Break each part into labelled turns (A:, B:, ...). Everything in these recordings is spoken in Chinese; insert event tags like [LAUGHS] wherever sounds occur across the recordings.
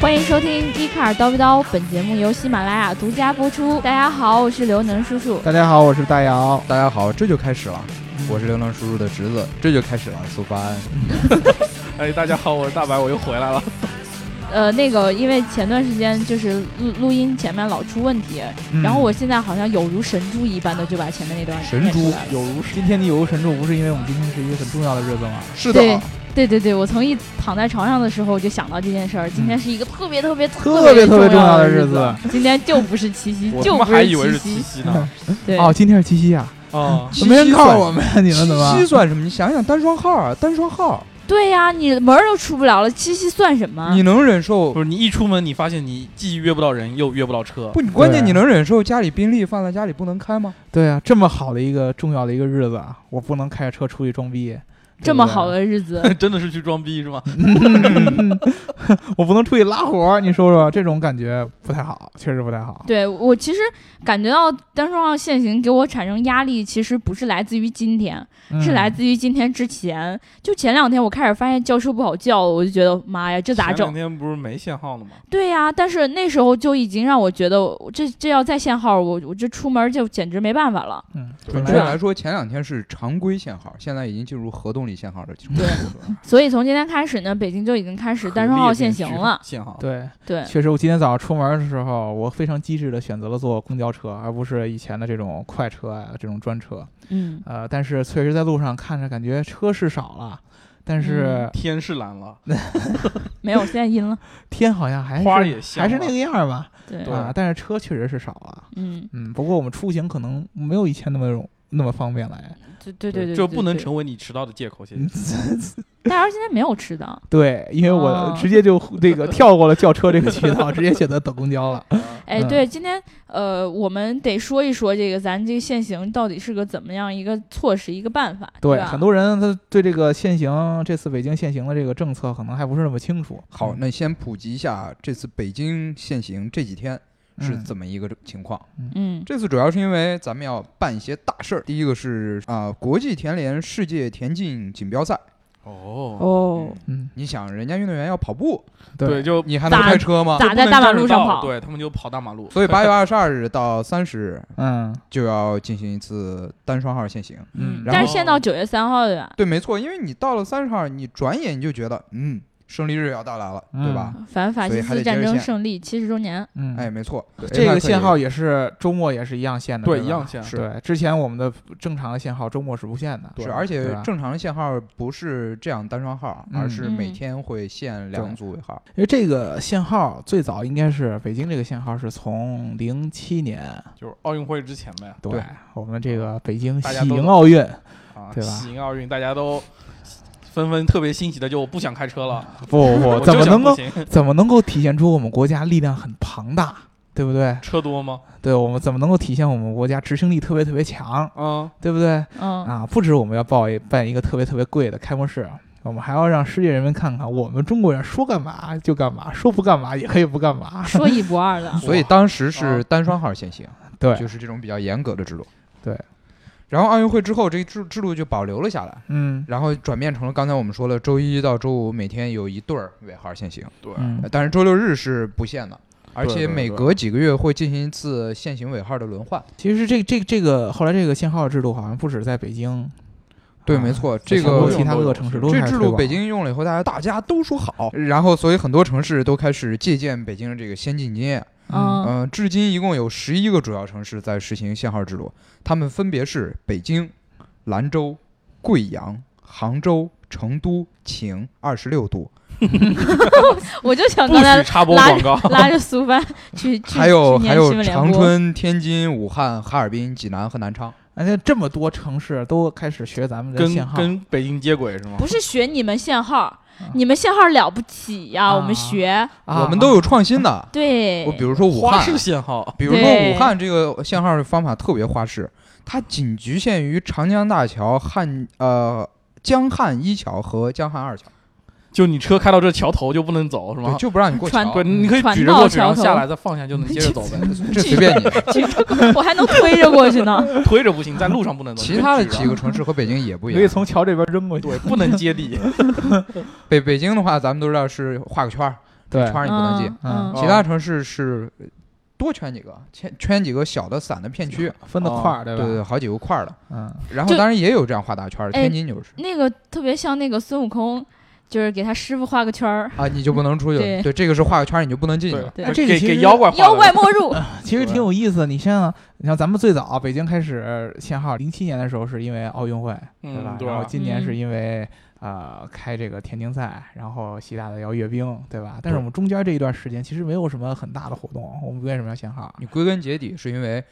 A: 欢迎收听《迪卡尔叨逼叨》，本节目由喜马拉雅独家播出。大家好，我是刘能叔叔。
B: 大家好，我是大姚。嗯
C: 大家好，这就开始了。我是刘能叔叔的侄子，这就开始了。速八安，
D: 哎，大家好，我是大白，我又回来了。
A: 呃，那个，因为前段时间就是录录音前面老出问题，
B: 嗯
A: 然后我现在好像有如神助一般的就把前面那段
C: 神
A: 念出
C: 助
A: 来了
B: 有如今天你有如神助，不是因为我们今天是一个很重要的日子吗？
C: 是的，
A: 对对对对，我从一躺在床上的时候我就想到这件事儿，今天是一个特别特别
B: 特别特别重
A: 要
B: 要的
A: 日
B: 日子，
A: 今天就不是七夕，
D: 我他
A: 就
D: 妈
A: 不
D: 还以为是七
A: 七夕，
D: 夕 [LAUGHS] 呢。
A: 对，
B: 哦，今天是七夕啊， [LAUGHS]
D: 啊，
C: 七夕
B: 没人告
C: 算
B: 诉我们，你们怎么
C: 七？夕算什么？你想想，单双号啊，单双号，
A: 对呀、你门儿都出不了了，七夕算什么？
C: 你能忍受
D: 啊不？是你一出门，你发现你既约不到人，又约不到车。
C: 不，你关键
B: 对
C: 你能忍受家里宾利放在家里不能开吗？
B: 对啊，这么好的一个重要的一个日子啊，我不能开着车出去装逼。
A: 这么好的日子，
D: [LAUGHS] 真的是去装逼是吗？
B: [LAUGHS] 我不能出去拉活儿，你说说，这种感觉不太好，确实不太好。
A: 对我其实感觉到单双号限行给我产生压力，其实不是来自于今天，
B: 嗯
A: 是
D: 嗯
A: 来自于今天之前。就前两天我开始发现叫车不好叫了，我就觉得妈呀，这咋
D: 前两
A: 整？
D: 天不是没限号了吗？
A: 对呀、但是那时候就已经让我觉得我这这要再限号，我我这出门就简直没办法了。
B: 嗯，嗯本
C: 准
D: 啊
C: 确
B: 来
C: 来说，前两天是常规限号，现在已经进入合同里限号的程度
D: 啊
C: 了。
A: 所以从今天开始呢，北京就已经开始单双号限行
D: [LAUGHS]
A: 了。
D: 限号。
B: 对，
C: 嗯
A: 对，
B: 确实，我今天早上出门的时候，我非常机智的选择了坐公交车，而不是以前的这种快车啊，这种专车。
A: 嗯，
B: 呃，但是确实在路上看着感觉车是少了，但是
A: 嗯
D: 天是蓝了，
A: 没有，现在阴了。
B: 天好像还是、
D: 花也香
B: 还
D: 了，
B: 是那个样儿吧。
A: 对，
D: 对
B: 啊，但是车确实是少了。
A: 嗯，
B: 嗯，不过我们出行可能没有以前那么容那么方便了。
A: 对对对对，
D: 这不能
A: 对。
D: 成为你迟到的借口，谢谢。
A: 大姚今天没有迟到，
B: 对，因为
A: 哦
B: 我直接就这个跳过了叫车这个渠
C: [LAUGHS]
B: 道，直接选择等公交了。
A: 哎， [LAUGHS]
B: 嗯
A: 对，今天呃，我们得说一说这个咱这个限行到底是个怎么样一个措施，一个办法。对
B: 对，
C: 啊
A: 吧，
B: 很多人他对这个限行，这次北京限行的这个政策可能还不是那么清楚。
C: 好，
B: 嗯
C: 那先普及一下这次北京限行这几天是
B: 嗯
C: 怎么一个情况。
A: 嗯
C: 这次主要是因为咱们要办一些大事儿，第一个是啊、国际田联世界田径锦标赛。
D: 哦，
A: 哦，
B: 嗯，
C: 你想，人家运动员要跑步，
D: 对，
B: 对，
D: 就
C: 你啊还能开车吗？
A: 打
D: 就不
A: 在
D: 能
A: 大马
D: 站着
A: 路上
D: 道
A: 跑
D: 对他们就跑大马路。
C: 所以八月二十二日到三十
B: 嗯
C: 就要进行一次单双号限行。
B: 嗯，
C: 然后
A: 但是限到九月三号对吧？
C: 对，没错，因为你到了三十号，你转眼你就觉得，嗯，胜利日要到来了，对吧？
A: 反法西
C: 所以还
A: 斯
C: 得接
A: 战
C: 着
A: 争
C: 限
A: 胜利七十周年，
B: 嗯，
C: 哎，，没错，
B: 这
C: 哎
B: 个
C: 那可以
B: 限号也是周末也是一样限的，
D: 对，
B: 吧
D: 一样限。
C: 是
B: 对，之前我们的正常的限号周末是不限的，
C: 是，而且
B: 对吧
C: 正常的限号不是这样单双号，
B: 嗯
C: 而是每
A: 嗯
C: 天会限两组尾号。
B: 因为这个限号最早应该是北京这个限号是从零七年，
D: 就是奥运会之前呗，
B: 对
C: 对
B: 我们这个北京
D: 大家
B: 喜
D: 都
B: 迎奥运，
D: 啊，
B: 对吧
D: 喜迎奥运，大家都纷纷特别欣喜的就不想开车了，
B: 不不
D: 我
B: 不，
D: 就
B: 怎么
D: 想
B: 能
D: 步
B: 够
D: 行
B: 怎么能够体现出我们国家力量很庞大，对不对？
D: 车多吗？
B: 对我们怎么能够体现我们国家执行力特别特别强，
D: 嗯，。
B: 对不对？
C: [LAUGHS]
A: 嗯，
B: 啊，不止我们要报一办一个特别特别贵的开幕式，啊我们还要让世界人民看看，我们中国人说干嘛就干嘛，说不干嘛也可以不干嘛。
A: 说一不二的
C: [LAUGHS] 所以
D: 哇
C: 当时是
D: 啊
C: 单双号限行，
B: [LAUGHS] 对，
C: 就是这种比较严格的制度。
B: 对。
C: 然后奥运会之后，这制制度就保留了下来，
B: 嗯
C: 然后转变成了刚才我们说了，周一到周五每天有一对儿尾号限行，
D: 对，
B: 嗯
C: 呃但是周六日是不限的，而
D: 对对
C: 且每
D: 对
C: 隔几个月会进行一次限行尾号的轮
A: 啊
C: 换。
B: 其实这这这个后来这个限号制度好像不止在北京，
C: 对，
B: 啊
C: 没错，
B: 在
C: 这
B: 全国
C: 个
B: 其他各个城市都
C: 这
B: 开始
C: 制
B: 推
C: 度
B: 广
C: 北京用了以后，大家大家都说好，
A: 嗯
C: 然后所以很多城市都开始借鉴北京的这个先进经验。
B: 嗯
A: 嗯，
C: 嗯、至今一共有十一个主要城市在实行限号制度，他们分别是北京、兰州、贵阳、杭州、成都、秦二十六都，
A: 我就想
D: 不
A: 刚才
D: 许插播
A: 拉
D: 广告。
A: 拉着苏
C: [LAUGHS]
A: 帆去，去
C: 还有
A: 去
C: 还
A: 年新
C: 有
A: 闻联
C: 长
A: 播
C: 春、天津、武汉、哈尔滨、济南和南昌。
B: 而且这么多城市都开始学咱们的
D: 跟
B: 限号，
D: 跟北京接轨是吗？
A: 不是学你们限
C: 啊
A: 号，你们限号了不起呀，我们
B: 啊
A: 学
B: 啊
C: 我们都有创新
A: 啊
C: 的，
A: 对
C: 我。比如说武
D: 花
C: 汉，啊
D: 式限号，
C: 比如说
A: 对
C: 武汉这个限号的方法特别花式，它仅局限于长江大桥、汉呃江汉一桥和江汉二桥，
D: 就你车开到这桥头就不能走是
C: 对
D: 吗？
C: 就不让你过
A: 传
C: 桥
D: 对，，你可以
A: 传
D: 举着
A: 到
D: 过去，
A: 桥
D: 然后下
A: 头
D: 来再放下就能接着走呗。
C: 这随便你。
A: 我还能推着过去
C: [LAUGHS]
A: 呢。
D: 推着不行，在路上不能走。
C: 其他的
D: 你可以
C: 几
D: 举着
C: 个城市和北京也不一
B: 可以
C: 样。
B: 从桥这边扔过去。
D: 对不能接地，
C: 北北京的话，咱们都知道是画个圈儿，
B: 对，
C: 穿上你不能进。
A: 嗯
B: 嗯
A: 嗯
C: 其他城市是多圈几个，圈圈几个小的散的片区，
B: 分的块儿，对
C: 对
B: 吧？
C: 啊对，好几个块儿的。
B: 嗯，
C: 然后
A: 就
C: 当然也有这样画大圈儿的，
A: 哎
C: 天津就是
A: 那个特别像那个孙悟空，就是给他师傅画个圈儿，
C: 啊，你就不能出去
A: 嗯对
C: 了。对，这个是画个圈儿你就不能进去
D: 对
C: 了。，
A: 对
B: 这
D: 给
B: 个
D: 给
B: 其实
D: 给妖怪画的
A: 妖怪莫入。
B: 其实
D: 对
B: 挺有意思的。你像，你像咱们最早北京开始限号，零七年的时候是因为奥运会，对吧
D: 嗯？
B: 然后
D: 对，
B: 今年是
A: 嗯
B: 因为呃开这个田径赛，然后习大大要阅兵，对吧？但
C: 对
B: 是我们中间这一段时间其实没有什么很大的活动，我们为什么要限号
C: 你归根结底是因为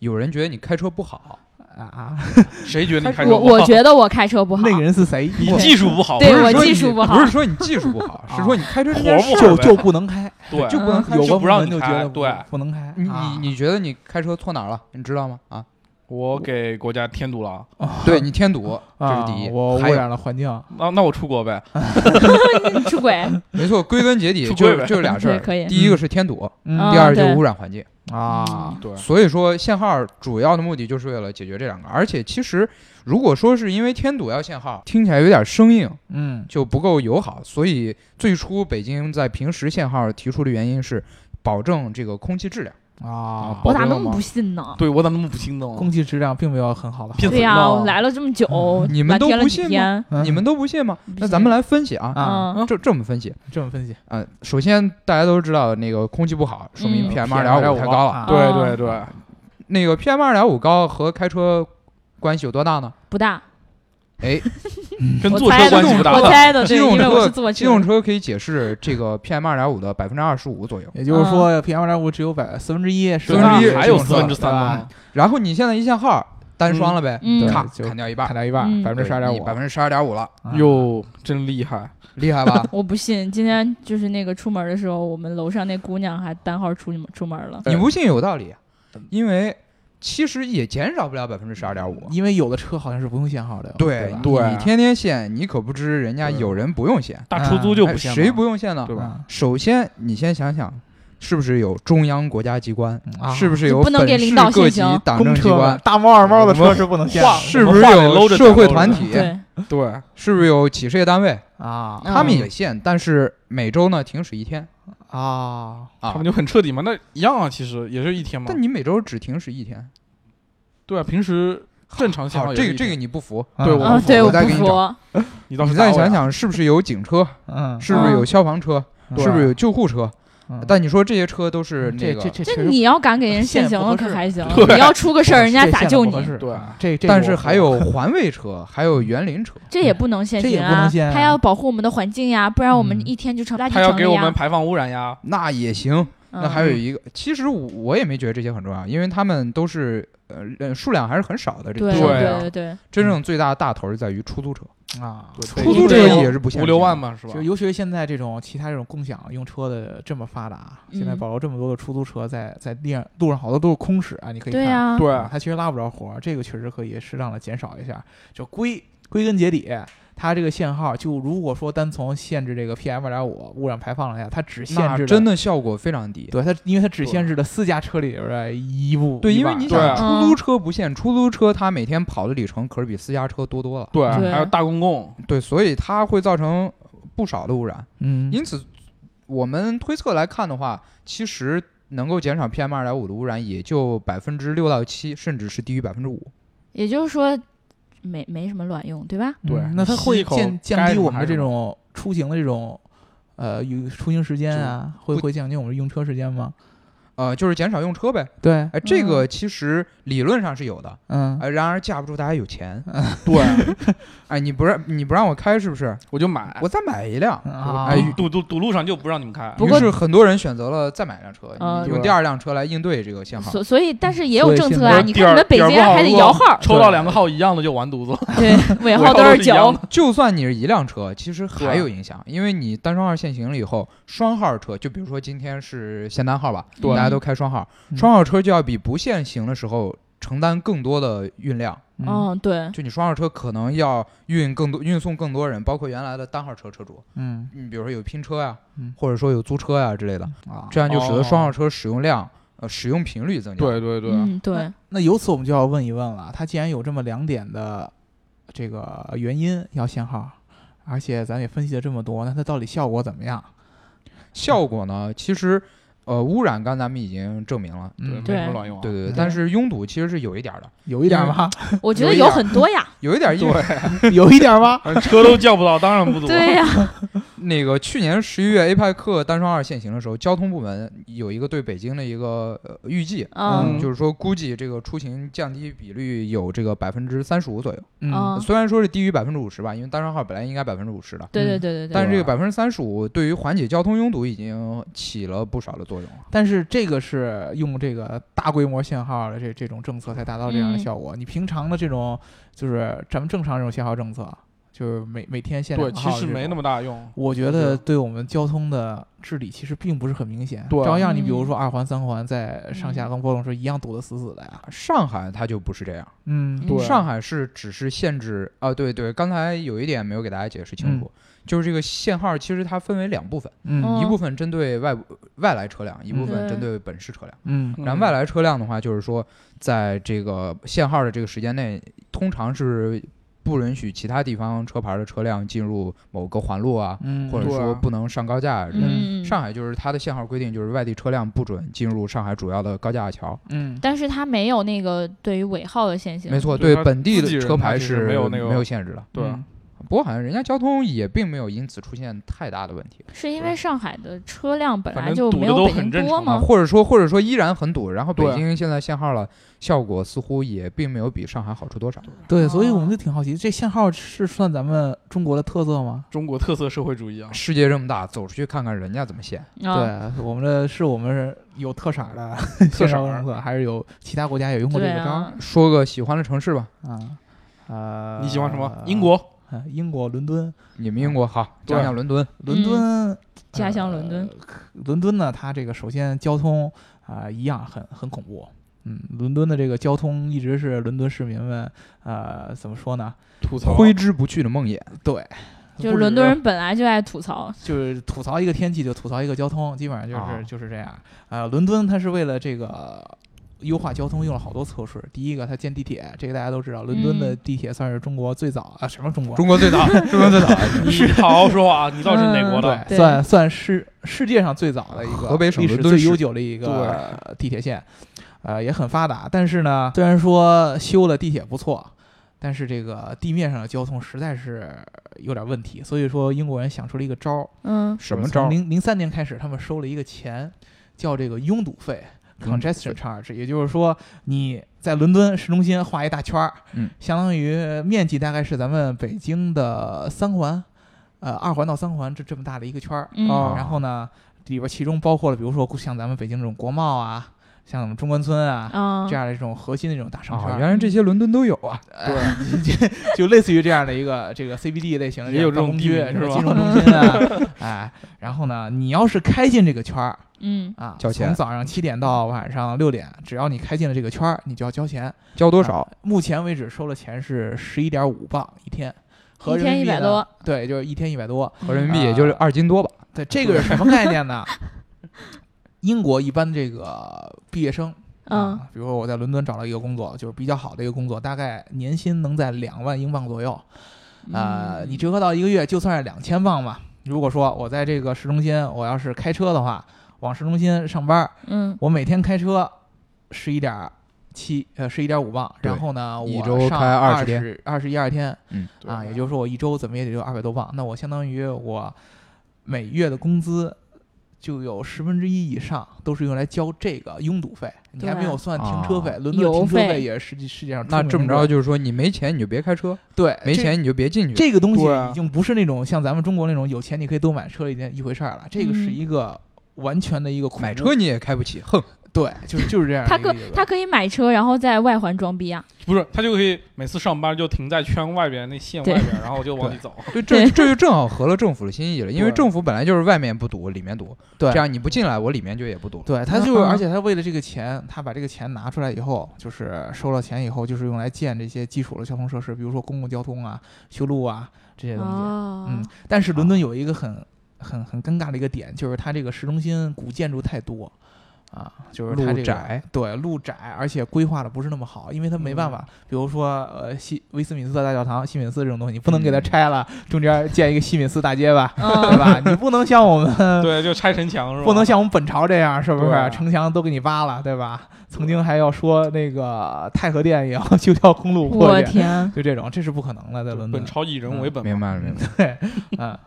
C: 有人觉得你开车不好，
B: 啊啊？
D: 谁觉得你开车
A: 我
D: 不好
A: 我觉得我开车不好，
B: 那个人是谁？
D: [LAUGHS] 你
B: 我
D: 技术不好，
A: 对
D: 不是
A: 我
D: 说
A: 技
D: 你
A: 术不好
C: 不是说你技术不
B: [LAUGHS]
C: 好，是说你开车
B: 啊
C: 这件
D: 活不
C: 事嗯
B: 就
D: 好呗
B: 就不能开，
D: 对
C: 就不能开。嗯
B: 有关
D: 就不
B: 部
D: 让
B: 门
D: 你
B: 就觉
D: 开
B: 得不
D: 对
B: 不能开。
C: 你
B: 啊
C: 你你觉得你开车错哪儿了？你知道吗？
B: [LAUGHS]
C: 啊，
D: 我给国家添堵了，
C: [LAUGHS] 对你添堵，这
B: 啊
C: 是第一。
B: 我污
C: 还有
B: 染了环境，
D: 那那我出国呗，
A: 你出轨，
C: 没错，归根结底
D: 出
C: 就
D: 柜呗
C: 是就
A: [LAUGHS]
C: 是俩事
A: 对，
C: 儿，
A: 可以。
C: 第一个是添堵，
A: 啊
C: 第二就
A: 对
C: 污染环境。
B: 嗯啊，
D: 对
C: 所以说限号主要的目的就是为了解决这两个，而且其实如果说是因为添堵要限号，听起来有点生硬，
B: 嗯
C: 就不够友好。所以最初北京在平时限号提出的原因是保证这个空气质量。
B: 啊，
A: 我
D: 保
A: 咋
D: 证
A: 那
D: 了
A: 么
D: 吗
A: 不信呢？
D: 对我咋那么不心啊呢？
B: 空气质量并没有很好的好。
D: 骗
A: 对
D: 子
A: 呀、
D: 呢
A: 我来了这么久，
C: 你们
A: 晚
C: 都
A: 添了
C: 不
A: 几
C: 信吗
A: 天
B: 嗯
C: 你们都不信吗？
A: 啊不
C: 那
A: 信
C: 咱们来分析啊，
B: 啊，
A: 嗯
C: 这这么分析，
B: 这么分析，
C: 嗯，首先大家都知道那个空气不好，说明
A: 嗯
C: PM 二点五太高了。
B: 啊
D: 对
A: 啊
D: 对对，
C: 那个 PM 二点五高和开车关系有多
A: [LAUGHS]
C: 大呢？
A: 不大，
C: 哎，
D: 跟
A: 我
D: 坐
A: 猜
D: 车
A: 的
D: 关系不大
A: 我。猜的，
C: 机
A: 对，
C: 动
A: 因为我是
C: 车
A: 坐
C: 机动车可以解释这个 PM 二点五的百分之二十五左右。
B: 也就是
A: 嗯
B: 说 PM 二点五只有百四分之一，
D: 对
C: 四分之一
D: 那还有四分之
B: 对吧啊
D: 三吗？
C: 然后你现在一限号单双了呗，
A: 嗯
B: 对
C: 砍
B: 就
C: 砍掉一
B: 砍
C: 半，
B: 掉一半，
A: 嗯？
B: 百分之十二点五，
C: 百分之十二点
B: [LAUGHS]
C: 五了，
B: 啊，
D: 哟，真厉害！
C: 厉害吧
A: 我不信，今天就是那个出门的时候，我们楼上那姑娘还单号出出门了。
C: [LAUGHS] 你不信有道理，啊因为其实也减少不了百分之十二点五。啊
B: 因为有的车好像是不用限号的，
C: 对
B: 吧
C: 你
D: 对
C: 你天天限，你可不知人家
D: 对
C: 有人不用限，
D: 大出租就
C: 哎
D: 不限了
C: 谁不用限呢？
D: 对吧？
B: 吧？
C: 首先，你先想想，是不是有中央国家机关？
B: 啊，
C: 嗯是不是
A: 就
C: 有
A: 不能给
C: 本
A: 领
C: 市
A: 导限
C: 各级
A: 行
C: 党
B: 公
C: 政机
B: 车嘛
C: 关？
B: 大猫二猫的车是不能限
D: 哇
B: 的
C: 是不
D: 我
C: 是
D: 们话得搂
C: 有
D: 着
C: 社会
D: 讲
C: 团
D: 搂着
C: 体？
A: 对，
D: 对，
C: 是不是有企事业单位？
B: 啊
A: 嗯
C: 他们也限，但是每周呢停驶一天
B: 啊，
C: 啊。
D: 他们就很彻底嘛，那一样啊，其实也是一天嘛。
C: 但你每周只停驶一天，
D: 对啊，平时正常情
C: 好，
D: 况
C: 这个这个你不服？
B: 嗯
D: 对我
A: 啊，
D: 不服
A: 对，
C: 我
A: 我
C: 再
A: 不
C: 给你
A: 服，
D: 你倒
C: 你
D: 是
C: 再想，想，是不是有警车？
B: 嗯，
C: 是
A: 啊
C: 不是有消防车？
B: 嗯
C: 是不是有救护车？
B: 嗯
C: 但你说这些车都是那
B: 这
C: 个，
B: 这这确
A: 嗯这
B: 实
A: 你要敢给人限行了
B: 限不
A: 可
B: 合适
A: 还行，
B: 对
A: 你要出个事儿，人家咋救
B: 这限
A: 你？
B: 得不合适
D: 对啊
B: 这这，
C: 但是
B: [LAUGHS]
C: 还有环卫车，还
B: 嗯
C: 有园林车。
A: 这也不能限
B: 这也
A: 行
B: 不
A: 啊
B: 能限，啊
A: 他要保护我们的环境呀，不然我们
B: 嗯
A: 一天就成垃圾
D: 他要
A: 城
D: 给我
A: 了
D: 们
A: 呀。
D: 排放污染呀，
C: 那也行，那还有
A: 嗯
C: 一个，其实我我也没觉得这些很重要，因为他们都是呃呃数量还是很少的。这
A: 对
C: 这
D: 对
C: 种
D: 啊
A: 对对，
C: 真正最大的大头是在于出租车，
B: 我啊，
D: 对
C: 出租
A: 对
C: 车
A: 对
C: 也是不限
D: 五
C: 行
D: 六万嘛，是吧
B: 就？尤其是现在这种其他这种共享用车的这么发达，啊现在
A: 嗯
B: 保留这么多的出租车在在地上路上好多都是空驶啊，你可以
A: 对
B: 看
A: 呀，
D: 对
B: 啊，它其实拉不着活儿，这个确实可以适当的减少一下。就归归根结底，它这个限号就如果说单从限制这个 PM 二点五污染排放来下，它只限
C: 那
B: 制了
C: 真的效果非常低。
B: 对它，因为它只限制了私家车里边儿的一部
C: 对，
B: 一
C: 因为
B: 半
C: 你
B: 儿
D: 对
C: 想
D: 啊
C: 出租车不限，出租车它每天跑的里程可是比私家车多多了。
D: 对，
A: 对
D: 还有大公共，
C: 对，所以它会造成不少的污染。
B: 嗯
C: 因此，我们推测来看的话，其实能够减少 PM 二点五的污染也就百分之六到七，甚至是低于百分之五。
A: 也就是说没没什么卵用，对吧？
D: 对
B: 嗯那它
D: 吸
B: 会
D: 一口
B: 降降
D: 该
B: 低
D: 什么
B: 我们
D: 还
B: 的
D: 是
B: 这
D: 什么
B: 种出行的这种。呃，有出行时间啊，会
C: 不
B: 会降低我们的用车时间吗？
C: 呃，就是减少用车呗。
B: 对，
C: 哎，这个其实理论上是有的，
B: 嗯，
C: 呃，然而架不住大家有钱。
D: 对，
C: 哎，你不让你不让我开是不是？
D: 我就买。
C: 我再买一辆。
B: 啊，
C: 哎
D: 堵堵堵路上就不让你们开，
A: 不
C: 于
A: 过
C: 是很多人选择了再买一辆车，
A: 呃
C: 你用第二辆车来应对这个限号。
A: 所所以，但是也
B: 所
A: 有
B: 以
A: 政
B: 现
A: 策
B: 在
A: 啊，你
D: 第
A: 看
D: 二
A: 你们北
D: 第
A: 京
D: 二不好
A: 还得
D: 路啊
A: 摇号儿，
D: 抽到两个号一样的就完犊子了。
A: 对，
D: [LAUGHS]
A: 尾号
D: 号
A: 都
D: 都
A: 是
D: 是一
A: 九
D: 样的，
C: 就算你是一辆车，其实
D: 对啊
C: 还有影响，因为你单双号限行了以后，双号车就比如说今天是限单号吧，
A: 对
C: 大家都开双号，
B: 嗯
C: 双号车就要比不限行的时候承担更多的运量，
B: 嗯
A: 嗯，对，
C: 就你双号车可能要运更多运送更多人，包括原来的单号车车主，
B: 嗯
C: 你比如说有拼车呀，
B: 嗯
C: 或者说有租车呀之类的，
B: 啊，
C: 这样就使得
D: 哦
C: 双号车使用量、呃使用频率增加。
D: 对对对，
A: 嗯，对，
D: [LAUGHS]
B: 那由此我们就要问一问了，它既然有这么两点的这个原因要限号，而且咱也分析了这么多，那它到底效果怎么样？
C: 效果呢，其实呃污染，刚才咱们已经证明了，
B: 嗯，
D: 没什么卵用啊。
C: 对对
B: 嗯
C: 对，但是拥堵其实是有一点儿的，
B: 有一点吗？
A: 我觉得
C: 有一
A: 有
C: 点
A: 很多呀，
C: 有
D: [LAUGHS]
C: 一点儿因为
B: [LAUGHS] 有一点吗？
D: 对，车都叫不到，当然不堵。
A: 对呀，
C: 那个去年十一月 APEC 单双二限行的时候，交通部门有一个对北京的一个呃预计，
A: 嗯
D: 嗯
C: 就是说估计这个出行降低比率有这个百分之三十五左右，
A: 嗯，
C: 虽然说是低于百分之五十吧，因为单双号本来应该百分之五十的，
A: 对对对对
C: 但
A: 对，
C: 是这个百分之三十五对于缓解交通拥堵已经起了不少的作用了。
B: 但是这个是用这个大规模限号的这这种政策才达到这样的效果。你平常的这种就是咱们正常这种限号政策，就是每每天限
D: 对，
B: 两个
D: 其
B: 号
D: 实没那
B: 么。
D: 么大用。
B: 我觉得对我们交通的治理其实并不是很明显，
D: 对
B: 照样你比如
A: 嗯
B: 说二环、三环在上下高波动时候一样堵得死死的呀。
C: 上海它就不是这样，
B: 嗯
A: 对
C: 上海是只是限制啊，对对，刚才有一点没有给大家解释清楚，就是这个限号其实它分为两部分，
B: 嗯
A: 嗯
C: 一部分针对外外来车辆，一部
A: 嗯
C: 分针对本市车辆。
B: 嗯
D: 嗯
C: 然后外来车辆的话，就是说在这个限号的这个时间内，通常是不允许其他地方车牌的车辆进入某个环路啊，
B: 嗯，
C: 或者
D: 对
C: 说
D: 啊
C: 不能上高架之类的。
A: 嗯，嗯
C: 上海就是它的限号规定，就是外地车辆不准进入上海主要的高架桥。
B: 嗯
A: 但是它没有那个对于尾号的限行，
C: 没错，
D: 对
C: 对
D: 它
C: 本地
D: 自己
C: 的
D: 人
C: 车
D: 它
C: 牌
D: 其实没
C: 没
D: 有那个
C: 有限制的。
D: 对啊，
C: 不过好像人家交通也并没有因此出现太大的问题
A: 是因为上海的车辆本
D: 反
A: 来
D: 正
A: 就
D: 堵
A: 没
D: 得
A: 有
D: 都
A: 北
D: 很
A: 京
D: 正
A: 多
D: 常嘛
A: 吗
C: 啊，？或者说或者说依然很堵。然后北
D: 对
C: 京现在限号了，效果似乎也并没有比上海好处多少。
B: 对，所以我们
A: 哦
B: 就挺好奇，这限号是算咱们中国的特色吗？
D: 中国特色社会主义啊，
C: 世界这么大，走出去看看人家怎
D: [LAUGHS]
C: 么限。
A: 啊，
B: 对，我们的是我们有特色儿的
D: 特
B: [LAUGHS] 特
D: 色
B: 色
D: 儿
B: 政策，还是有其他国家也用过这
A: 对
B: 个招儿
A: 啊，
C: 说个喜欢的城市吧，
B: 啊？呃，
D: 你喜欢什么？英、国，
B: 英国伦敦，
C: 你们英国好，
D: 嗯对
C: 讲讲伦敦。
B: 伦
A: 嗯
B: 敦，
A: 家乡伦敦
B: 呃可伦敦呢，它这个首先交通啊、一样很很恐怖。嗯，伦敦的这个交通一直是伦敦市民们呃怎么说呢？
D: 吐槽啊
C: 挥之不去的梦魇，
B: 对，
A: 就是
B: 不
A: 伦
B: 止
A: 敦人本来就爱吐槽，
B: 就是吐槽一个天气就吐槽一个交通，基本上就是、
C: 啊
B: 就是这样。呃，伦敦它是为了这个优化交通用了好多措施。第一个，它建地铁，这个大家都知道，伦敦的
A: 嗯
B: 地铁算是中国最早啊，什么中国？
C: 中国最早，中国最早，
D: 你 [LAUGHS] 好好说话啊，你倒是哪国的？
B: 对，
A: 对
B: 嗯算算是世界上最早的一个
C: 河北省
B: 历史
C: 伦敦
B: 最
C: 市
B: 悠久的一个地铁线，呃，也很发达。但是呢，虽然说修了地铁不错，但是这个地面上的交通实在是有点问题，所以说英国人想出了一个招儿，
A: 嗯
C: [LAUGHS] 什么招儿？
B: 零零三年开始，他们收了一个钱，叫这个拥堵费
C: 拥堵
B: （congestion
C: 费
B: charge），也就是说你在伦敦市中心画一大圈儿，
C: 嗯
B: 相当于面积大概是咱们北京的三环，呃，二环到三环这这么大的一个圈儿。啊
A: 嗯
C: 哦
B: 然后呢，里边其中包括了，比如说像咱们北京这种国贸啊，像我们中关村啊。
A: 啊
B: 这，样的一种核心的这种大商圈
C: 啊，
B: 儿，
C: 原来这些伦敦都有啊！
D: 嗯
B: 对，就类似于这样的一个这个 CBD 类型的
D: 也有这种
B: 办公
D: 地
B: 区，
D: 名是吧
B: 金融中心啊，哎，然后呢，你要是开进这个圈儿
A: 嗯
B: 啊，
C: 交钱
B: 从早上七点到晚上六点，只要你开进了这个圈儿，你就要交钱。
C: 交多少？
B: 目前为止收了钱是十一点五磅一天，合
A: 一
B: 人
A: 天
B: 民币
A: 100
B: 呢
A: 多，
B: 对，就是一天一百多。
A: 嗯
C: 合人民币也就是
B: 啊
C: 二斤多吧。
B: 对，这个是什么概
A: [LAUGHS]
B: 念呢？英国一般这个毕业生
A: 嗯
B: 啊，比如说我在伦敦找到一个工作，就是比较好的一个工作，大概年薪能在两万英镑左右。呃，
A: 嗯
B: 你折合到一个月就算是两千镑吧。如果说我在这个市中心，我要是开车的话，往市中心上班，
A: 嗯
B: 我每天开车十一点七呃十一点五磅，
C: 对
B: 然后呢，我
C: 一周
B: 上
C: 开
B: 二
C: 20
B: 十
C: 天
B: 二十一二天
D: 对
B: 啊，也就是说我一周怎么也得就二百多磅，那我相当于我每月的工资。就有十分之一以上都是用来交这个拥堵费，你还
A: 对
B: 没有算停车费。
C: 啊
B: 伦敦的停车
A: 油
B: 费
A: 费
B: 也实际世界上
C: 那这么
B: 出名
C: 着
B: 的
C: 就是说，你没钱你就别开车，
B: 对
C: 没
B: 哎这
C: 钱你就别进去。
B: 这个东西
D: 对啊
B: 已经不是那种像咱们中国那种有钱你可以多买车一件一回事儿了，这个是
A: 嗯
B: 一个完全的一个恐
C: 买
B: 怖
C: 车你也开不起，
B: [LAUGHS]
C: 哼！
B: 对，就是就是这样
A: 他
B: 的
A: 可
B: 一个理论。
A: 他可以买车，然后在外环装逼啊，
D: 不是，他就可以每次上班就停在圈外边那线外边，然后就往里走。
C: 这这这就正好合了政府的心意了，因为政府本来就是外面不堵，里面堵，
B: 对
C: 这样你不进来，我里面就也不堵了。
B: 对，他就是，
A: 嗯
B: 而且他为了这个钱，他把这个钱拿出来以后，就是收了钱以后，就是用来建这些基础的交通设施，比如说公共交通啊、修路啊这些东西。
A: 哦，
B: 嗯，但是伦敦有一个很很很尴尬的一个点，就是它这个市中心古建筑太多。啊，就是它
C: 路
B: 这个
C: 窄，
B: 对，路窄，而且规划的不是那么好，因为它没办
C: 嗯
B: 法，比如说呃西威斯敏斯特大教堂、西敏寺这种东西，你不能
C: 嗯
B: 给它拆了，中间建一个西敏寺大街吧，对
A: 嗯，
B: 吧？你不能像我们，
D: 对，就拆城墙是吧？
B: 不能像我们本朝这样，是不
C: 对
B: 是？城墙都给你挖了，对吧？曾经还要说那个太和殿也要修条公路过
A: 我
B: 去，
A: 天，
B: 就这种，这是不可能的，在伦敦
D: 本。朝以人为本嘛。
C: 明白了，明白了。
B: 啊，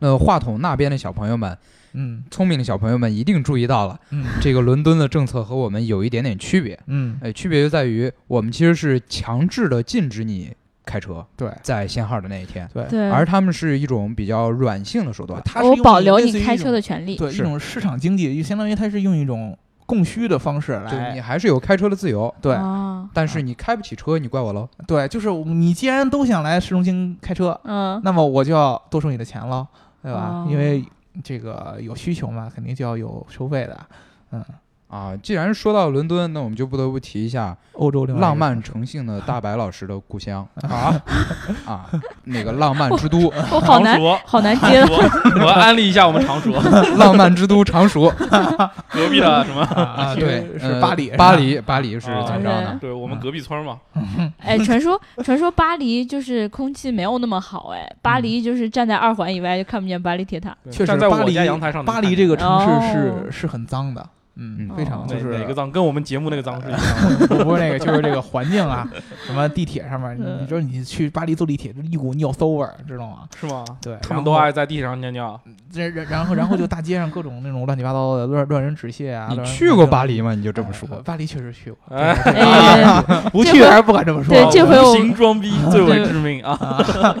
C: 那话筒那边的小朋友们，
B: 嗯
C: 聪明的小朋友们一定注意到了，
B: 嗯
C: 这个伦敦的政策和我们有一点点区别。
B: 嗯，
C: 呃，区别就在于我们其实是强制的禁止你开车
B: 对嗯
C: 在限号的那一天，
B: 对，
A: 对，
C: 而他们是一种比较软性的手段。
B: 它是
A: 我
B: 用
A: 保
B: 一
A: 留
B: 类似于
A: 你
B: 一
A: 开车
B: 种
A: 的权利。
B: 对一
C: 是
B: 种市场经济，相当于它是用一种供需的方式
C: 对你
B: 来。嗯
C: 还是有开车的自由，
B: 对
A: 啊
C: 但是你开不起车，你怪我喽。
B: 对，就是你既然都想来市中心开车，
A: 嗯，
B: 那么我就要多收你的钱了，对吧？
A: 哦
B: 因为这个有需求嘛，肯定就要有收费的。
C: 啊，既然说到伦敦，那我们就不得不提一下
B: 欧洲另外一个
C: 浪漫
B: 城市
C: 成性的大白老师的
B: [LAUGHS]
C: 故乡
D: 啊，
C: 啊，那个浪漫之都， [LAUGHS]
A: 我好
D: 常
A: 难，
D: 熟，
A: 好难
D: 常
A: 接 [LAUGHS]
B: [LAUGHS]
D: 熟，我要安利一下我们常 [LAUGHS] 熟
C: 浪漫之都
B: [LAUGHS]
C: 常熟
D: 隔壁的什么？
B: 啊，
C: 啊，对，
B: 是
C: 呃
B: 是巴黎，哦
C: 巴
B: 是吧，
C: 黎，巴黎是
D: 啊
C: 怎么着呢？
D: 对我们隔壁村嘛，
A: 哎，传说传说巴黎就是空气没有那么好，哎，
B: 嗯
A: 巴黎就是站在二环以外就看不见巴黎铁塔。
B: [LAUGHS]
D: 对
B: 确实
D: 站在
B: 巴
D: 我
B: 黎
D: 家阳台上能
B: 巴
D: 看见。
B: 黎这个城市
A: 哦
B: 是是很脏的，嗯，
C: 嗯
B: 非常
A: 哦
B: 就
D: 哪
B: 是
D: 哪个脏？跟我们节目那个脏是一样的。
B: 不 [LAUGHS] 不是那个，就是这个环境啊，什么地铁上面，
A: 嗯
B: 你你说你去巴黎坐地铁，就一股尿馊味儿，知道吗？
D: 是吗？
B: 对，
D: 他们都爱在地铁上尿尿。
B: 然后，然然后然后就大街上各种那种乱七八糟的乱乱人止血啊。
C: 你
B: 乱
C: 去过巴？黎吗？你就这么
B: 呃
C: 说。
B: 巴黎确实去过，
D: 哎
B: 对对
A: 哎
B: 对不去还是不敢这么说。啊
A: 对这回我
D: 无形装逼最为致命啊！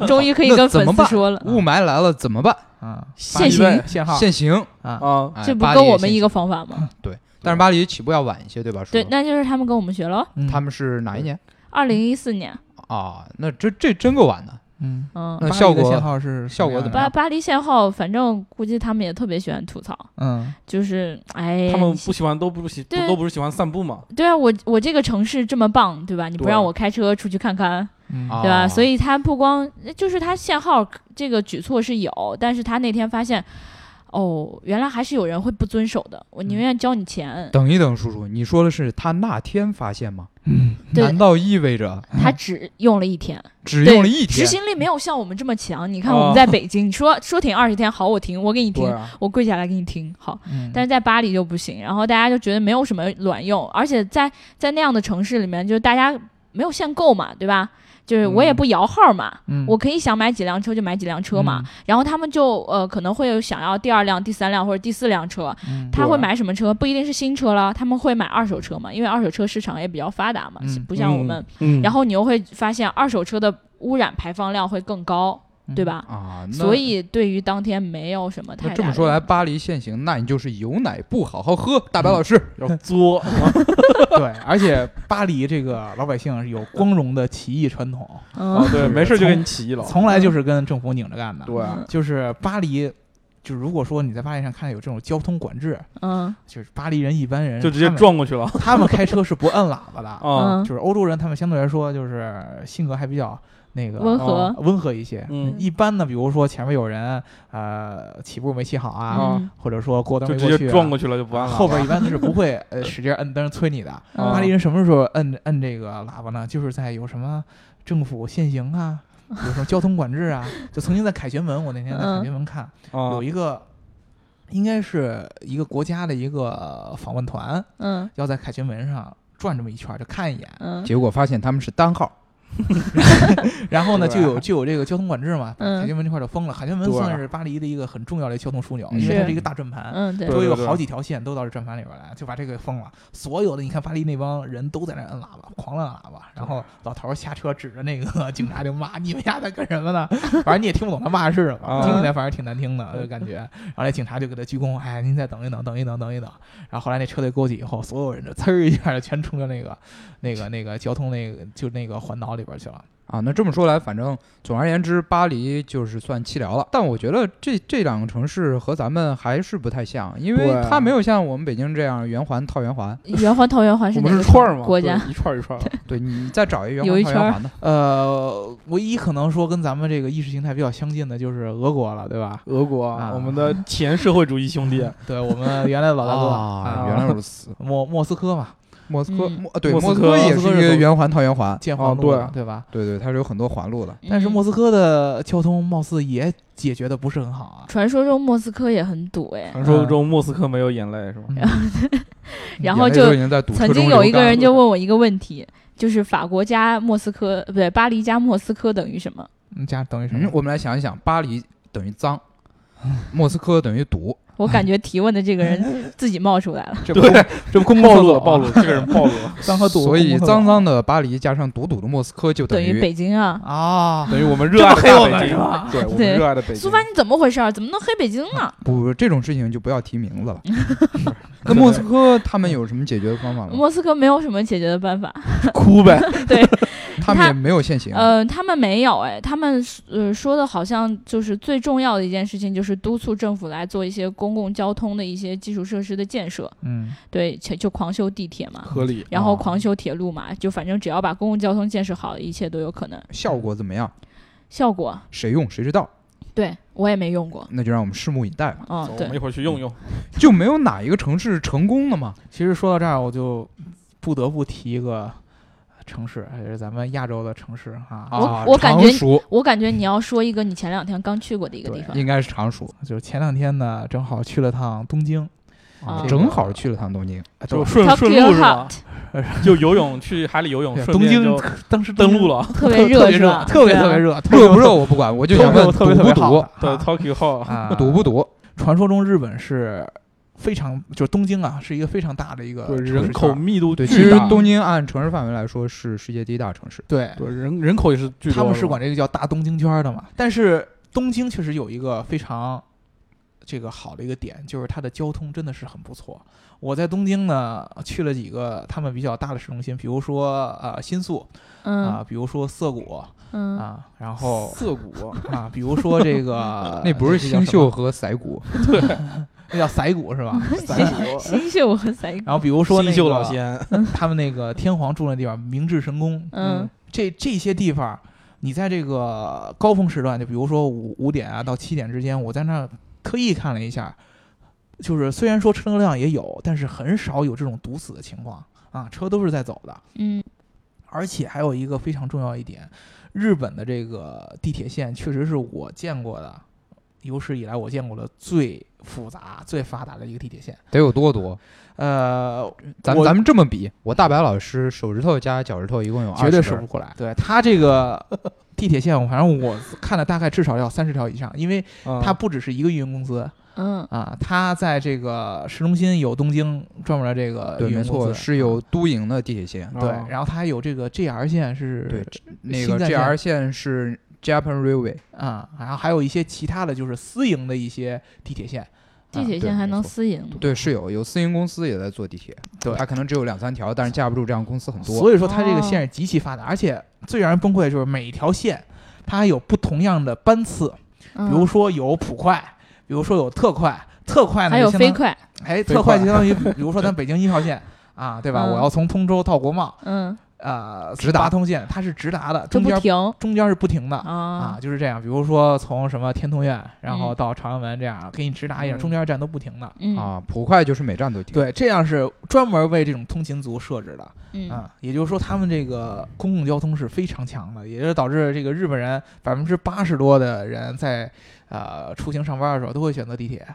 A: 终于可以
C: 那
A: 跟
C: 怎
A: 粉
C: 么
A: 丝
C: 办
A: 说了，
C: 雾霾来了怎么办？
B: 啊，
A: [LAUGHS] 现
D: 行
A: 行，
B: 限号
C: 限行，
B: 啊，
D: 啊，
C: 哎
A: 这不
C: 巴黎
A: 跟
C: 也
A: 我们
C: 限
A: 一
C: 行
A: 个方法吗？
C: 对，但是巴黎起步要晚一些，对吧？
A: 对，
C: 叔
A: 那就是他们跟我们学了。
B: 嗯
C: 他们是哪一年
A: 二零一四年，
C: 啊？那这这真够晚的。
B: 嗯，
A: 嗯，
C: 那
B: 巴黎
C: 效
B: 的
C: 果
B: 限号是
C: 效果
B: 什样
C: 怎么
A: 巴
C: 样
B: 的？
A: 巴黎限号，反正估计他们也特别喜欢吐槽，
B: 嗯，
A: 就是哎，
D: 他们不喜欢，都不喜，
A: 对
D: 都不是喜欢散步嘛？
A: 对啊，我我这个城市这么棒，对吧？你不
D: 对
A: 让我开车出去看看，
B: 嗯
C: 啊
A: 对吧？所以他不光就是他限号这个举措是有，但是他那天发现，哦，原来还是有人会不遵守的，我
C: 嗯
A: 宁愿交你钱。
C: 等一等，叔叔，你说的是他那天发现吗？
B: 嗯
A: 对
C: 难道意味着
A: 他只用了一天，
C: 只
A: 对
C: 用了一
A: 执
C: 天？啊
A: 行力没有像我们这么强。你看
D: 哦
A: 我们在北京，你说说停二十天，好，我停，我给你停，
D: 啊，
A: 我跪下来给你停，好。
B: 嗯
A: 但是在巴黎就不行，然后大家就觉得没有什么卵用，而且在在那样的城市里面，就是大家没有限购嘛，对吧？就是我也不摇号嘛，
B: 嗯
A: 我可以想买几辆车就买几辆车
C: 嗯
A: 嘛。，然后他们就呃可能会有想要第二辆、第三辆或者第四辆车，
B: 嗯嗯
A: 他
C: 啊
A: 会买什么车？不一定是新车了，他们会买二手车嘛，因为二手车市场也比较发达嘛，
B: 嗯
A: 不像我们。
D: 嗯，
A: 然
D: 后
A: 后你又会发现二手车的污染排放量会更高，对吧？
C: 啊，那
A: 所以对于当天没有什么太
C: 那
A: 大。
C: 这么说来，，巴黎限行，那你就是有奶不好好喝，大白老师。
D: 要作， [LAUGHS]
B: 对，而且巴黎这个老百姓是有光荣的起义传统，
A: 嗯，
D: 对，没事就给你起义了。
B: 从来就是跟政府拧着干的。
D: 对啊，
B: 就是巴黎，就如果说你在巴黎上看见有这种交通管制，
A: 嗯
B: 就是巴黎人一般人
D: 就直接
B: 他们，
D: 撞过去了
B: 他们开车是不摁喇叭的，
D: [LAUGHS]
A: 嗯
D: 啊！
B: 就是哦欧洲人他们相对来说就是性格还比较那个
A: 温和
B: 呃温和一些。
D: 嗯
B: 一般呢，比如说前面有人呃起步没起好啊，
A: 嗯
B: 或者说过灯
D: 就
B: 没
D: 直
B: 去、啊，
D: 接撞过去了，就不按了。啊
B: 后边一般是不会呃使劲摁灯催你的。
A: 嗯
B: 巴黎人什么时候摁摁这个喇叭呢？就是在有什么政府限行啊，有什么交通管制啊。就曾经在凯旋门，我那天在
A: 嗯
B: 凯旋门看，
D: 啊
B: 有一个应该是一个国家的一个访问团，
A: 嗯
B: 要在凯旋门上转这么一圈儿，就看一眼。
A: 嗯
C: 结果发现他们是单号，
B: 然后呢，就
D: 对
B: 有就有这个交通管制嘛，
A: 嗯
B: 凯旋门这块儿就封了。凯旋门
D: 对
B: 算是巴黎的一个很重要的交通枢纽，
C: 嗯
B: 因为它
A: 是
B: 是一个大转盘。
A: 嗯，对
D: 对
B: 周围有好几条线都到这转盘里边来，就把这个封了。所有的你看巴黎那帮人都在那摁喇叭，狂摁喇叭。然后老头儿下车指着那个警察就骂：“ [LAUGHS] 你们家在干什么呢？”反正你也听不懂他骂的是什么，
D: 啊
B: 听起来反正挺难听的就感 [LAUGHS] 觉。然后那警察就给他鞠躬：“哎，您再等一等，等一等，等一等。”然后后来那车队过去以后， [LAUGHS] 所有人就呲儿一下就全冲到那个、那个、那个交通那个就那个环岛里边去了。
C: 啊，那这么说来，反正总而言之，巴黎就是算弃疗了。但我觉得这这两个城市和咱们还是不太像，因为
D: 对啊
C: 它没有像我们北京这样圆环套圆环。
A: 圆环套圆环是
D: 我
A: 哪
D: 们
A: 个
D: 是串儿嘛，
A: 国家
D: 对一串儿一串儿。
C: 对你再找一个圆
A: 有
C: 环
A: 一
C: 套
A: 圈
C: 圆
A: 儿
C: 环的，
B: 呃，唯一可能说跟咱们这个意识形态比较相近的就是俄国了，对吧？
D: 俄国
B: 啊
D: 啊，我们的前社会主义兄弟，
B: 对我们原来的老大哥，
C: 啊
B: 啊
C: 原来如此。
B: 莫莫斯科嘛，
C: 莫斯科，
A: 嗯
C: 莫啊对，
D: 莫斯
C: 莫斯
D: 科
C: 也
B: 莫斯
C: 是
B: 科
C: 一
B: 是
C: 个
B: 从
C: 圆环套圆环。
B: 建环路、
D: 哦对啊
B: 对吧？
C: 对对，它是有很多环路的。
B: 但是
A: 嗯
B: 莫斯科的交通貌似也解决的不是很好啊。
A: 传说中莫斯科也很堵哎，
D: 传说中莫斯科没有眼泪是吧？
A: 然后
C: 眼泪都
A: 就
C: 已经在堵车
A: 曾经
C: 中
A: 有
C: 流
A: 一个
C: 干
A: 人
C: 了
A: 就问我一个问题，就是法国加莫斯科，呃不对，巴黎加莫斯科等于什么？
B: 嗯，加等于什
C: 嗯
B: 么，？
C: 我们来想一想，巴黎等于
B: [LAUGHS]
C: 脏，莫斯科等于堵，
A: 我感觉提问的这个人自己冒出来了。
B: 这
D: 对，
B: 这不公
D: 暴
B: 共
D: 露
B: 厕所
D: 了，暴
B: 啊
D: 露了，这个人暴露了，
B: 脏啊和堵，
C: 所以
B: 公共厕所
C: 脏脏的巴黎加上堵堵的莫斯科就
A: 等于
C: 于
A: 北京啊！
B: 啊，
D: 等于我
B: [LAUGHS]
D: 们热爱的
B: 这么黑我们
D: 大北
B: 是吧
C: [LAUGHS]
D: 京，对我
A: 对
D: 们热爱的北京。
A: 苏凡，你怎么回事儿？怎么能黑北京呢？
C: 不这种事情就不要提名
A: [LAUGHS]
C: 字了。那莫斯科他们有什么解决的方法吗？
A: 莫斯科没有什么解决的办法。
D: 哭呗，
A: 对，
C: 他们也没有限行。
A: 呃，他们没有哎，他们呃说的好像就是最重要的一件事情，就是督促政府来做一些公共交通的一些基础设施的建设。
B: 嗯，
A: 对，就就狂修地铁嘛，
D: 合理。
A: 然后
C: 啊
B: 哦
A: 狂修铁路嘛，就反正只要把公共交通建设好，一切都有可能。
C: 效果怎么样？
A: 效果，
C: 谁用谁知道，
A: 对我也没用过。
C: 那就让我们拭目以待吧。
A: 嗯
D: 走，我
A: 对
D: 们一，会儿去用用。
C: 就没有哪一个城市成功了吗？
B: 其实说到这儿，我就不得不提一个城市，也是咱们亚洲的城市啊，
A: 我
C: 啊，
A: 我感觉
C: 常熟
A: 我感觉你要说一个你前两天刚去过的一个地方，
C: 应该是常熟，
B: 就是前两天呢，正好去了趟东京，
A: 啊
B: 这个
C: 正好去了趟东京。
B: 啊
D: 就
B: 对
D: 顺
A: Tokyo
D: 顺路是吧
A: Hot？
D: 就游泳去海里游泳，
B: 对
D: 顺
B: 东
D: 便
B: 京
D: 就
B: 当时
D: 登陆，了。
B: [LAUGHS]
A: 特别热是吧？
B: 特别
A: 对啊
B: 特别。热，
C: 热不热我不管，我就
B: 哎特
C: 想
B: 别
C: 问
B: 特
C: 堵
B: 别特
C: 不
B: 别好
C: 堵？
D: 对
B: 啊
D: ，Tokyo Hall，
B: 啊，
C: 堵不堵？
B: 传说中日本是非常，就是东京啊，是一个非常大的一个
D: 对
B: 城市
D: 人口
B: 圈
D: 密度
C: 对，
D: 巨
C: 其实
D: 大
C: 东京按城市范围来说是世界第一大城市。
B: 对，
D: 对人人口也是巨多的。
B: 他们是管这个叫大东京圈的嘛。但是东京确实有一个非常这个好的一个点，就是它的交通真的是很不错。我在东京呢去了几个他们比较大的市中心，比如说呃新宿啊、
A: 嗯
B: 比如说涩谷啊、
A: 嗯，
B: 然后
D: 涩谷，
B: 啊，比如说这个
C: 那
D: [LAUGHS]
C: 不是
B: 呃这叫
C: 新
B: 什么
C: 秀，和涩谷，
B: 那叫涩谷是吧？
D: [LAUGHS] 涩谷，
A: 新秀和塞
B: 然后比如说那
D: 新秀
B: 个
D: 老仙，
B: 他们那个天皇住那地方明治神宫，
A: 嗯，
B: 这这些地方，你在这个高峰时段，就比如说五五点啊到七点之间，我在那儿特意看了一下，就是虽然说车辆也有，但是很少有这种堵死的情况啊，车都是在走的。
A: 嗯
B: 而且还有一个非常重要一点，日本的这个地铁线确实是我见过的，有史以来我见过的最复杂、最发达的一个地铁线。
C: 得有多堵？
B: 呃，
C: 咱
B: 我
C: 咱们这么比，我大白老师手指头加脚趾头一共有
B: 绝
C: 哦二
B: 对
C: 十
B: 数
C: 根
B: 不
C: 儿，
B: 过来。对他这个地铁线，反正我看了大概至少要三十条以上，因为它
D: 他
B: 不只是一个运营公司
A: 嗯
B: 啊，它在这个市中心有东京专门的这个
C: 对，
B: 运
C: 没
B: 营公
C: 错，
B: 司，
C: 是有都营的地铁线，
B: 对，然后它还有这个 JR 线是
C: 对那
B: 嗯新
C: 个
B: 干线
C: JR 线是 Japan Railway，
B: 啊，然后还有一些其他的就是私营的一些地铁线，
A: 地铁线
C: 啊对
A: 还
C: 没
A: 能
C: 错
A: 私营，
C: 对，是有有私营公司也在做地铁，
B: 对
C: 它可能只有两三条，但是架不住这样公司很多。
B: 所以说它这个
A: 哦
B: 线是极其发达，而且最让人崩溃的就是每一条线它还有不同样的班次，
A: 比
B: 比如说有普快，比如说有特快，特快呢
A: 还
B: 就
A: 有
B: 相
A: 飞
B: 当
A: 快，
B: 哎，
D: 飞
B: 特快
D: 快
B: 就相当
C: [LAUGHS]
B: 于，比如说咱北京一号线啊，对吧？
A: 嗯
B: 我要从通州到国贸，
A: 嗯，
B: 呃，
C: 直达
B: 八通线它是直达的，
A: 就
B: 中
A: 不
B: 间
A: 停
B: 中间是不停的啊
A: 啊，，
B: 就是这样。比如说从什么天通苑，然后
A: 嗯
B: 到朝阳门这样，给你直达一样，
D: 嗯
B: 中间站都不停的。
A: 嗯
C: 啊，普快就是每站都停。，
B: 对，这样是专门为这种通勤族设置的
A: 嗯，
B: 啊，也就是说他们这个公共交通是非常强的，也就是导致这个日本人百分之八十多的人在呃出行上班的时候都会选择地铁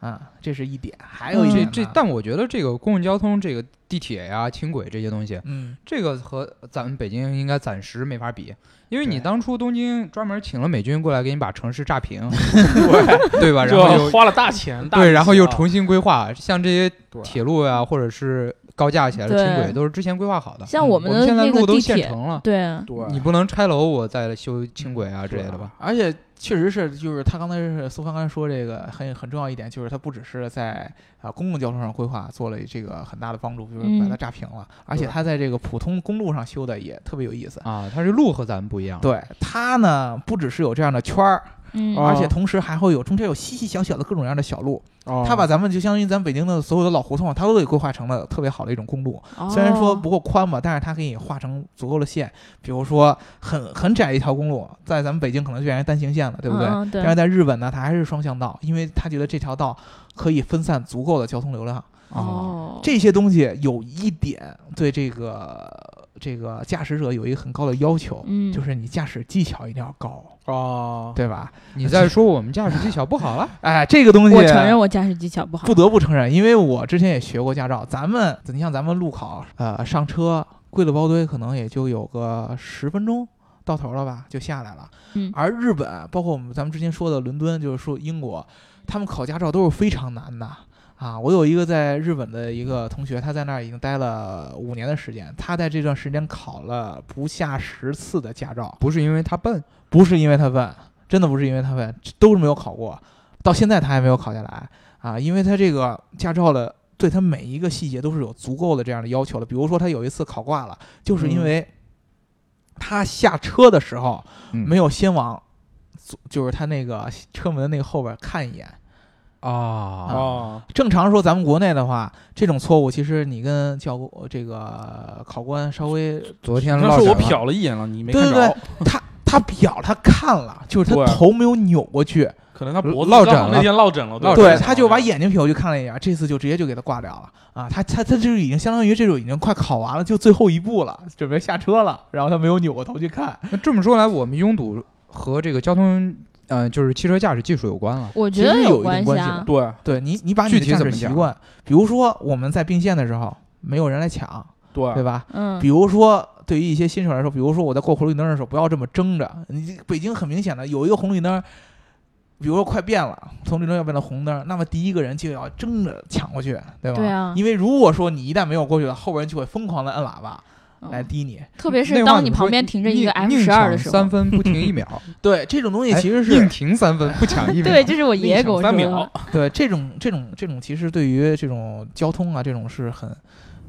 B: 啊，这是一点。还有一
A: 嗯
B: 点呢，
C: 这但我觉得这个公共交通，这个地铁呀、轻轨这些东西，
B: 嗯，
C: 这个和咱们北京应该暂时没法比，因为
B: 对
C: 你当初东京专门请了美军过来给你把城市炸平，
D: 对，
C: 对吧？然后
D: 就
C: 又
D: 花了大钱，大力
C: 对，
D: 气
C: 然后又
D: 啊
C: 重新规划，像这些
D: 对
C: 铁路呀、或者是高架起来的轻轨，
A: 对
C: 都是之前规划好的。嗯
A: 像
C: 我
A: 我们的
C: 现在
A: 那
C: 路
A: 个
C: 都
A: 地
C: 建
A: 铁，
C: 成了，
A: 对，
D: 对，
C: 你不能拆楼我再修轻轨啊之类的吧？
B: 而且确实是，就是他刚才是苏帆刚才说这个很很重要一点，就是他不只是在啊、公共交通上规划做了这个很大的帮助，就是把它
A: 嗯
B: 炸平了，而且
C: 对
B: 他在这个普通公路上修的也特别有意思。
C: 啊，它这路和咱们不一样，
B: 对啊他呢，不只是有这样的圈儿，
A: 嗯
C: 哦
B: 而且同时还会有中间有细细小小的各种各样的小路。
C: 哦，
B: 他把咱们就相当于咱北京的所有的老胡同，他都给规划成了特别好的一种公路。
A: 哦
B: 哦虽然说不够宽吧，但是它可以画成足够的线，比如说很很窄一条公路，在咱们北京可能就变成单行线了，对不对？
A: 嗯嗯对
B: 但是在日本呢，它还是双向道，因为他觉得这条道可以分散足够的交通流量。
C: 哦，
A: 哦，
B: 这些东西有一点对这个这个驾驶者有一个很高的要求，
A: 嗯
B: 就是你驾驶技巧一定要高，
D: 哦，
B: 对吧？
C: 你在说我们驾驶技巧不好了？
B: 哎，这个东西
A: 我承认我驾驶技巧不好，
B: 不得不承认，因为我之前也学过驾照。咱们，你像咱们路考，呃，上车跪了包堆，可能也就有个十分钟到头了吧，就下来了。
A: 嗯
B: 而日本，包括我们咱们之前说的伦敦，就是说英国，他们考驾照都是非常难的。啊，我有一个在日本的一个同学，他在那儿已经待了五年的时间，他在这段时间考了不下十次的驾照，
C: 不是因为他笨，
B: 不是因为他笨，真的不是因为他笨，都是没有考过，到现在他还没有考下来啊，因为他这个驾照的对他每一个细节都是有足够的这样的要求的。比如说他有一次考挂了，就是
D: 嗯
B: 因为他下车的时候
D: 嗯
B: 没
C: 有
B: 有先往左，就是他那个车门的那个后边看一眼。
C: 啊，
D: 哦，
B: 正常说，咱们国内的话，这种错误其实你跟教这个考官稍微
C: 昨天
D: 你
C: 落
D: 刚说我
C: 枕了
D: 瞟了一眼了，你没
B: 对
D: 看
B: 对
D: 着，哦
B: 对，他他表他看了，就是他
D: 对
B: 头没有扭过去。
D: 可能他脖子
C: 落枕
D: 刚好
C: 了
D: 那天落枕了，
C: 落
B: 对，
C: 枕
B: 他就把眼睛瞟过去看了一眼，这次就直接就给他挂掉了啊！他他他就是已经相当于这种已经快考完了，就最后一步了，准备下车了，然后他没有扭过头去看。
C: 那这么说来，我们拥堵和这个交通，呃，就是汽车驾驶技术有关了。
A: 我
B: 其
A: 觉得
B: 实有一定
A: 关
B: 关系
A: 啊
B: 的。
D: 对
B: [LAUGHS] 对你，你把你
C: 具
B: 的
C: 体
B: 驾
C: 怎
B: 驶
C: 么
B: 习
C: 讲
B: 惯，比如说我们在并线的时候没有人来抢，
D: 对
B: 对吧？
A: 嗯
B: 比，如说对于一些新手来说，比如说我在过红绿灯的时候不要这么争着，你这北京很明显的有一个红绿灯。比如说快变了，从绿灯要变到红灯，那么第一个人就要争着抢过去，对吧？
A: 对啊
B: 因为如果说你一旦没有过去了，后边人就会疯狂的摁喇叭，
A: 嗯
B: 来滴你。
A: 特别是
C: 那话
A: 当
C: 怎
A: 你
C: 么
A: 旁
C: 说
A: 边停着一个
C: 宁
A: F 十二的
C: 宁
A: 时
C: 抢
A: 候
C: 三，分不停
D: [LAUGHS]
C: 一秒，
A: 嗯
B: 对这种东西
C: 哎
B: 其实是、
C: 宁停三分不抢一秒。
A: [LAUGHS] 对，这是我爷爷给我说
D: 三秒
A: 的。，
B: [LAUGHS] 对这种这种这种其实对于这种交通啊这种是很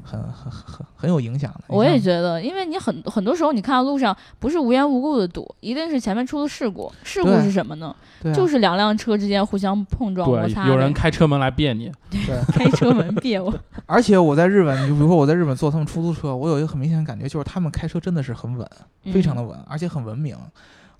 B: 很很很很有影响的。
A: 我也
B: 你像
A: 觉得，因为你很很多时候，你看到路上不是无缘无故的堵，一定是前面出了事故。事故
B: 对
A: 是什么呢？
B: 对啊、
A: 就是两辆车之间互相碰撞摩擦
D: 对，
A: 的，
D: 有人开车门来别你，
A: 开车门别我。
B: 而且我在日本，你就比如说我在日本坐他们出租车，我有一个很明显的感觉，就是他们开车真的是很稳， [LAUGHS]
A: 嗯
B: 非常的稳，而且很文明。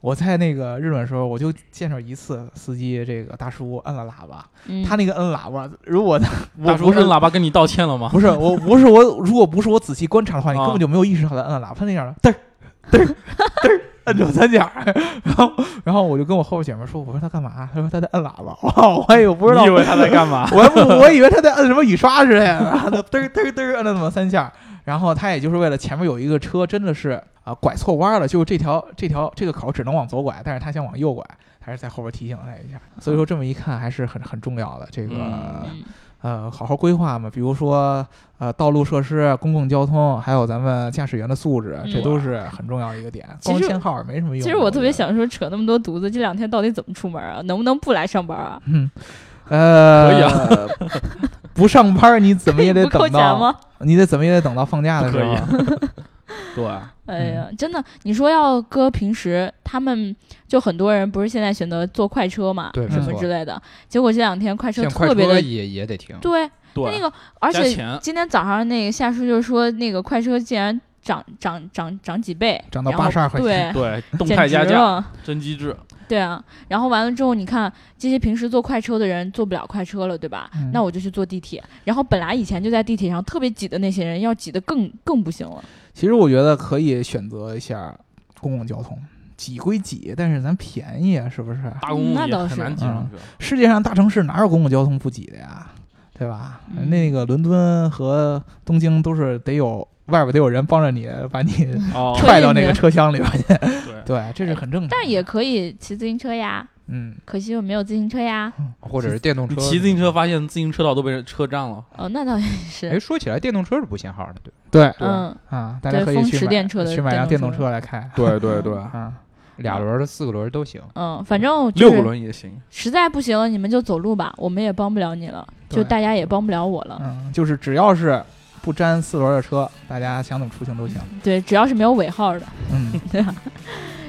B: 我在那个日本的时候，我就见着一次司机这个大叔摁了喇叭，
A: 嗯，
B: 他那个摁喇叭，如果他
D: 大
B: 我
D: 叔
B: 不是
D: 摁喇叭跟你道歉了 [LAUGHS] 吗？
B: 不是我不是我，如果不是我仔细观察的话，你
D: 啊
B: 根本就没有意识到他摁了喇叭，他那样的嘚儿嘚儿嘚儿摁着三角儿，然后然后我就跟我后边姐妹说，我说他干嘛？他说他在摁喇叭，哇，我也有不知道
D: 你以，为他在
B: [LAUGHS]
D: 干嘛？
B: 我还不我以为他在摁什么雨刷之类的，然后他嘚儿嘚儿嘚儿摁了那么三下儿，然后他也就是为了前面有一个车真的是啊拐错弯儿了，就是这条这条这个口只能往左拐，但是他想往右拐，还是在后边提醒了他一下。所以说这么一看还是很很重要的这个。
D: 嗯
A: 嗯
B: 呃，好好规划嘛，比如说呃，道路设施、公共交通，还有咱们驾驶员的素质，这
A: 嗯
B: 都是很重要一个点。
A: 其
B: 光
A: 实
B: 签号也没什么用。
A: 其实我
B: 觉
A: 特别
B: 得，
A: 想说，扯那么多犊子，这两天到底怎么出门啊？能不能不来上班啊？
B: 嗯，呃， [LAUGHS]
D: 可以
B: 啊，不上班你 [LAUGHS] 怎么也得
A: [LAUGHS] 不扣
B: 等
A: 钱
B: 到，
A: 吗？
B: 你得怎么也得等到放假的时
D: 可以啊
B: 候。
D: 对，
B: 嗯
A: 哎呀，真的，你说要搁平时，他们就很多人不是现在选择坐快车嘛，
C: 对，
B: 嗯
C: 没
A: 什么
C: 错
A: 之。类的。结果这两天快车
C: 现在快
A: 特别
C: 车
A: 的，
C: 也也得停，
A: 对，
D: 对，
A: 那个，而
D: 加
A: 且
D: 钱
A: 今天早上那个夏叔就说，那个快车竟然涨涨涨涨几倍，
B: 涨到
A: 然后
B: 82块
A: 对，
B: 钱
D: 对，动
A: 哎简
D: 态
A: 直
D: 加价，
A: 了，
D: 真机智。
A: 对啊。然后完了之后，你看这些平时坐快车的人坐不了快车了，对吧？
B: 嗯
A: 那我就去坐地铁。然后本来以前就在地铁上特别挤的那些人，要挤得更更不行了。
B: 其实我觉得可以选择一下公共交通，挤归挤，但是咱便宜啊，是不是？
D: 大公
A: 那
D: 共也
A: 倒
D: 很
A: 是
D: 难挤上去，
B: 世界上大城市哪有公共交通不挤的呀？对吧？
A: 嗯
B: 那个伦敦和东京都是得有外边得有人帮着你把你
D: 哦，
A: 推
B: 踹到那个车厢里边去，
D: 对，
B: [LAUGHS] 对，这是很正常的。
A: 但也可以骑自行车呀，
B: 嗯，
A: 可惜我没有自行车呀。
C: 或者是电动
D: 你
C: 车。
D: 骑自行车发现自行车道都被人车占了，
A: 哦，那倒也是。
C: 哎，说起来，电动车是不限号的，对。
B: 对
A: 嗯，
B: 啊，大家
A: 对
B: 可以
A: 风
B: 去
A: 驰
B: 买
A: 电掣的
B: 去买辆电
A: 电
B: 动
A: 动车
B: 车来开
D: 对
A: 对
D: 对对
B: 啊。
C: 俩轮儿的、四个轮儿都行。
A: 嗯，反正就
D: 六个
A: 是
D: 轮也行。
A: 实在不行了，你们就走路吧，我们也帮不了你了，
B: 对
A: 就大家也帮不了我了。
B: 嗯，就是只要是不沾四轮的车，大家想怎么出行都行。
A: 对，只要是没有尾号的。 [LAUGHS] 啊
B: 嗯好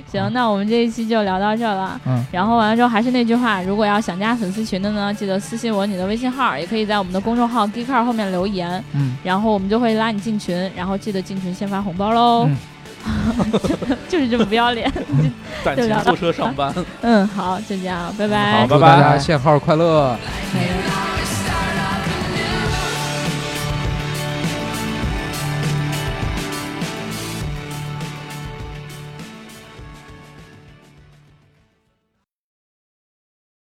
A: 行，那我们这一期就聊到这儿了。
B: 嗯，
A: 然后完了之后还是那句话，如果要想加粉丝群的呢，记得私信我你的微信号，也可以在我们的公众号 Geekcar 后面留言，
B: 嗯，
A: 然后我们就会拉你进群，然后记得进群先发红包喽。
B: 嗯
A: [LAUGHS] 就是这么不要
B: [LAUGHS]
A: 脸。
D: 攒
A: 就聊
D: 钱
A: 到
D: 坐车上班。
A: [LAUGHS] 嗯，好，就这样，拜拜。嗯
D: 拜
C: 好，祝大
D: 拜
C: 家限号快乐。
A: 拜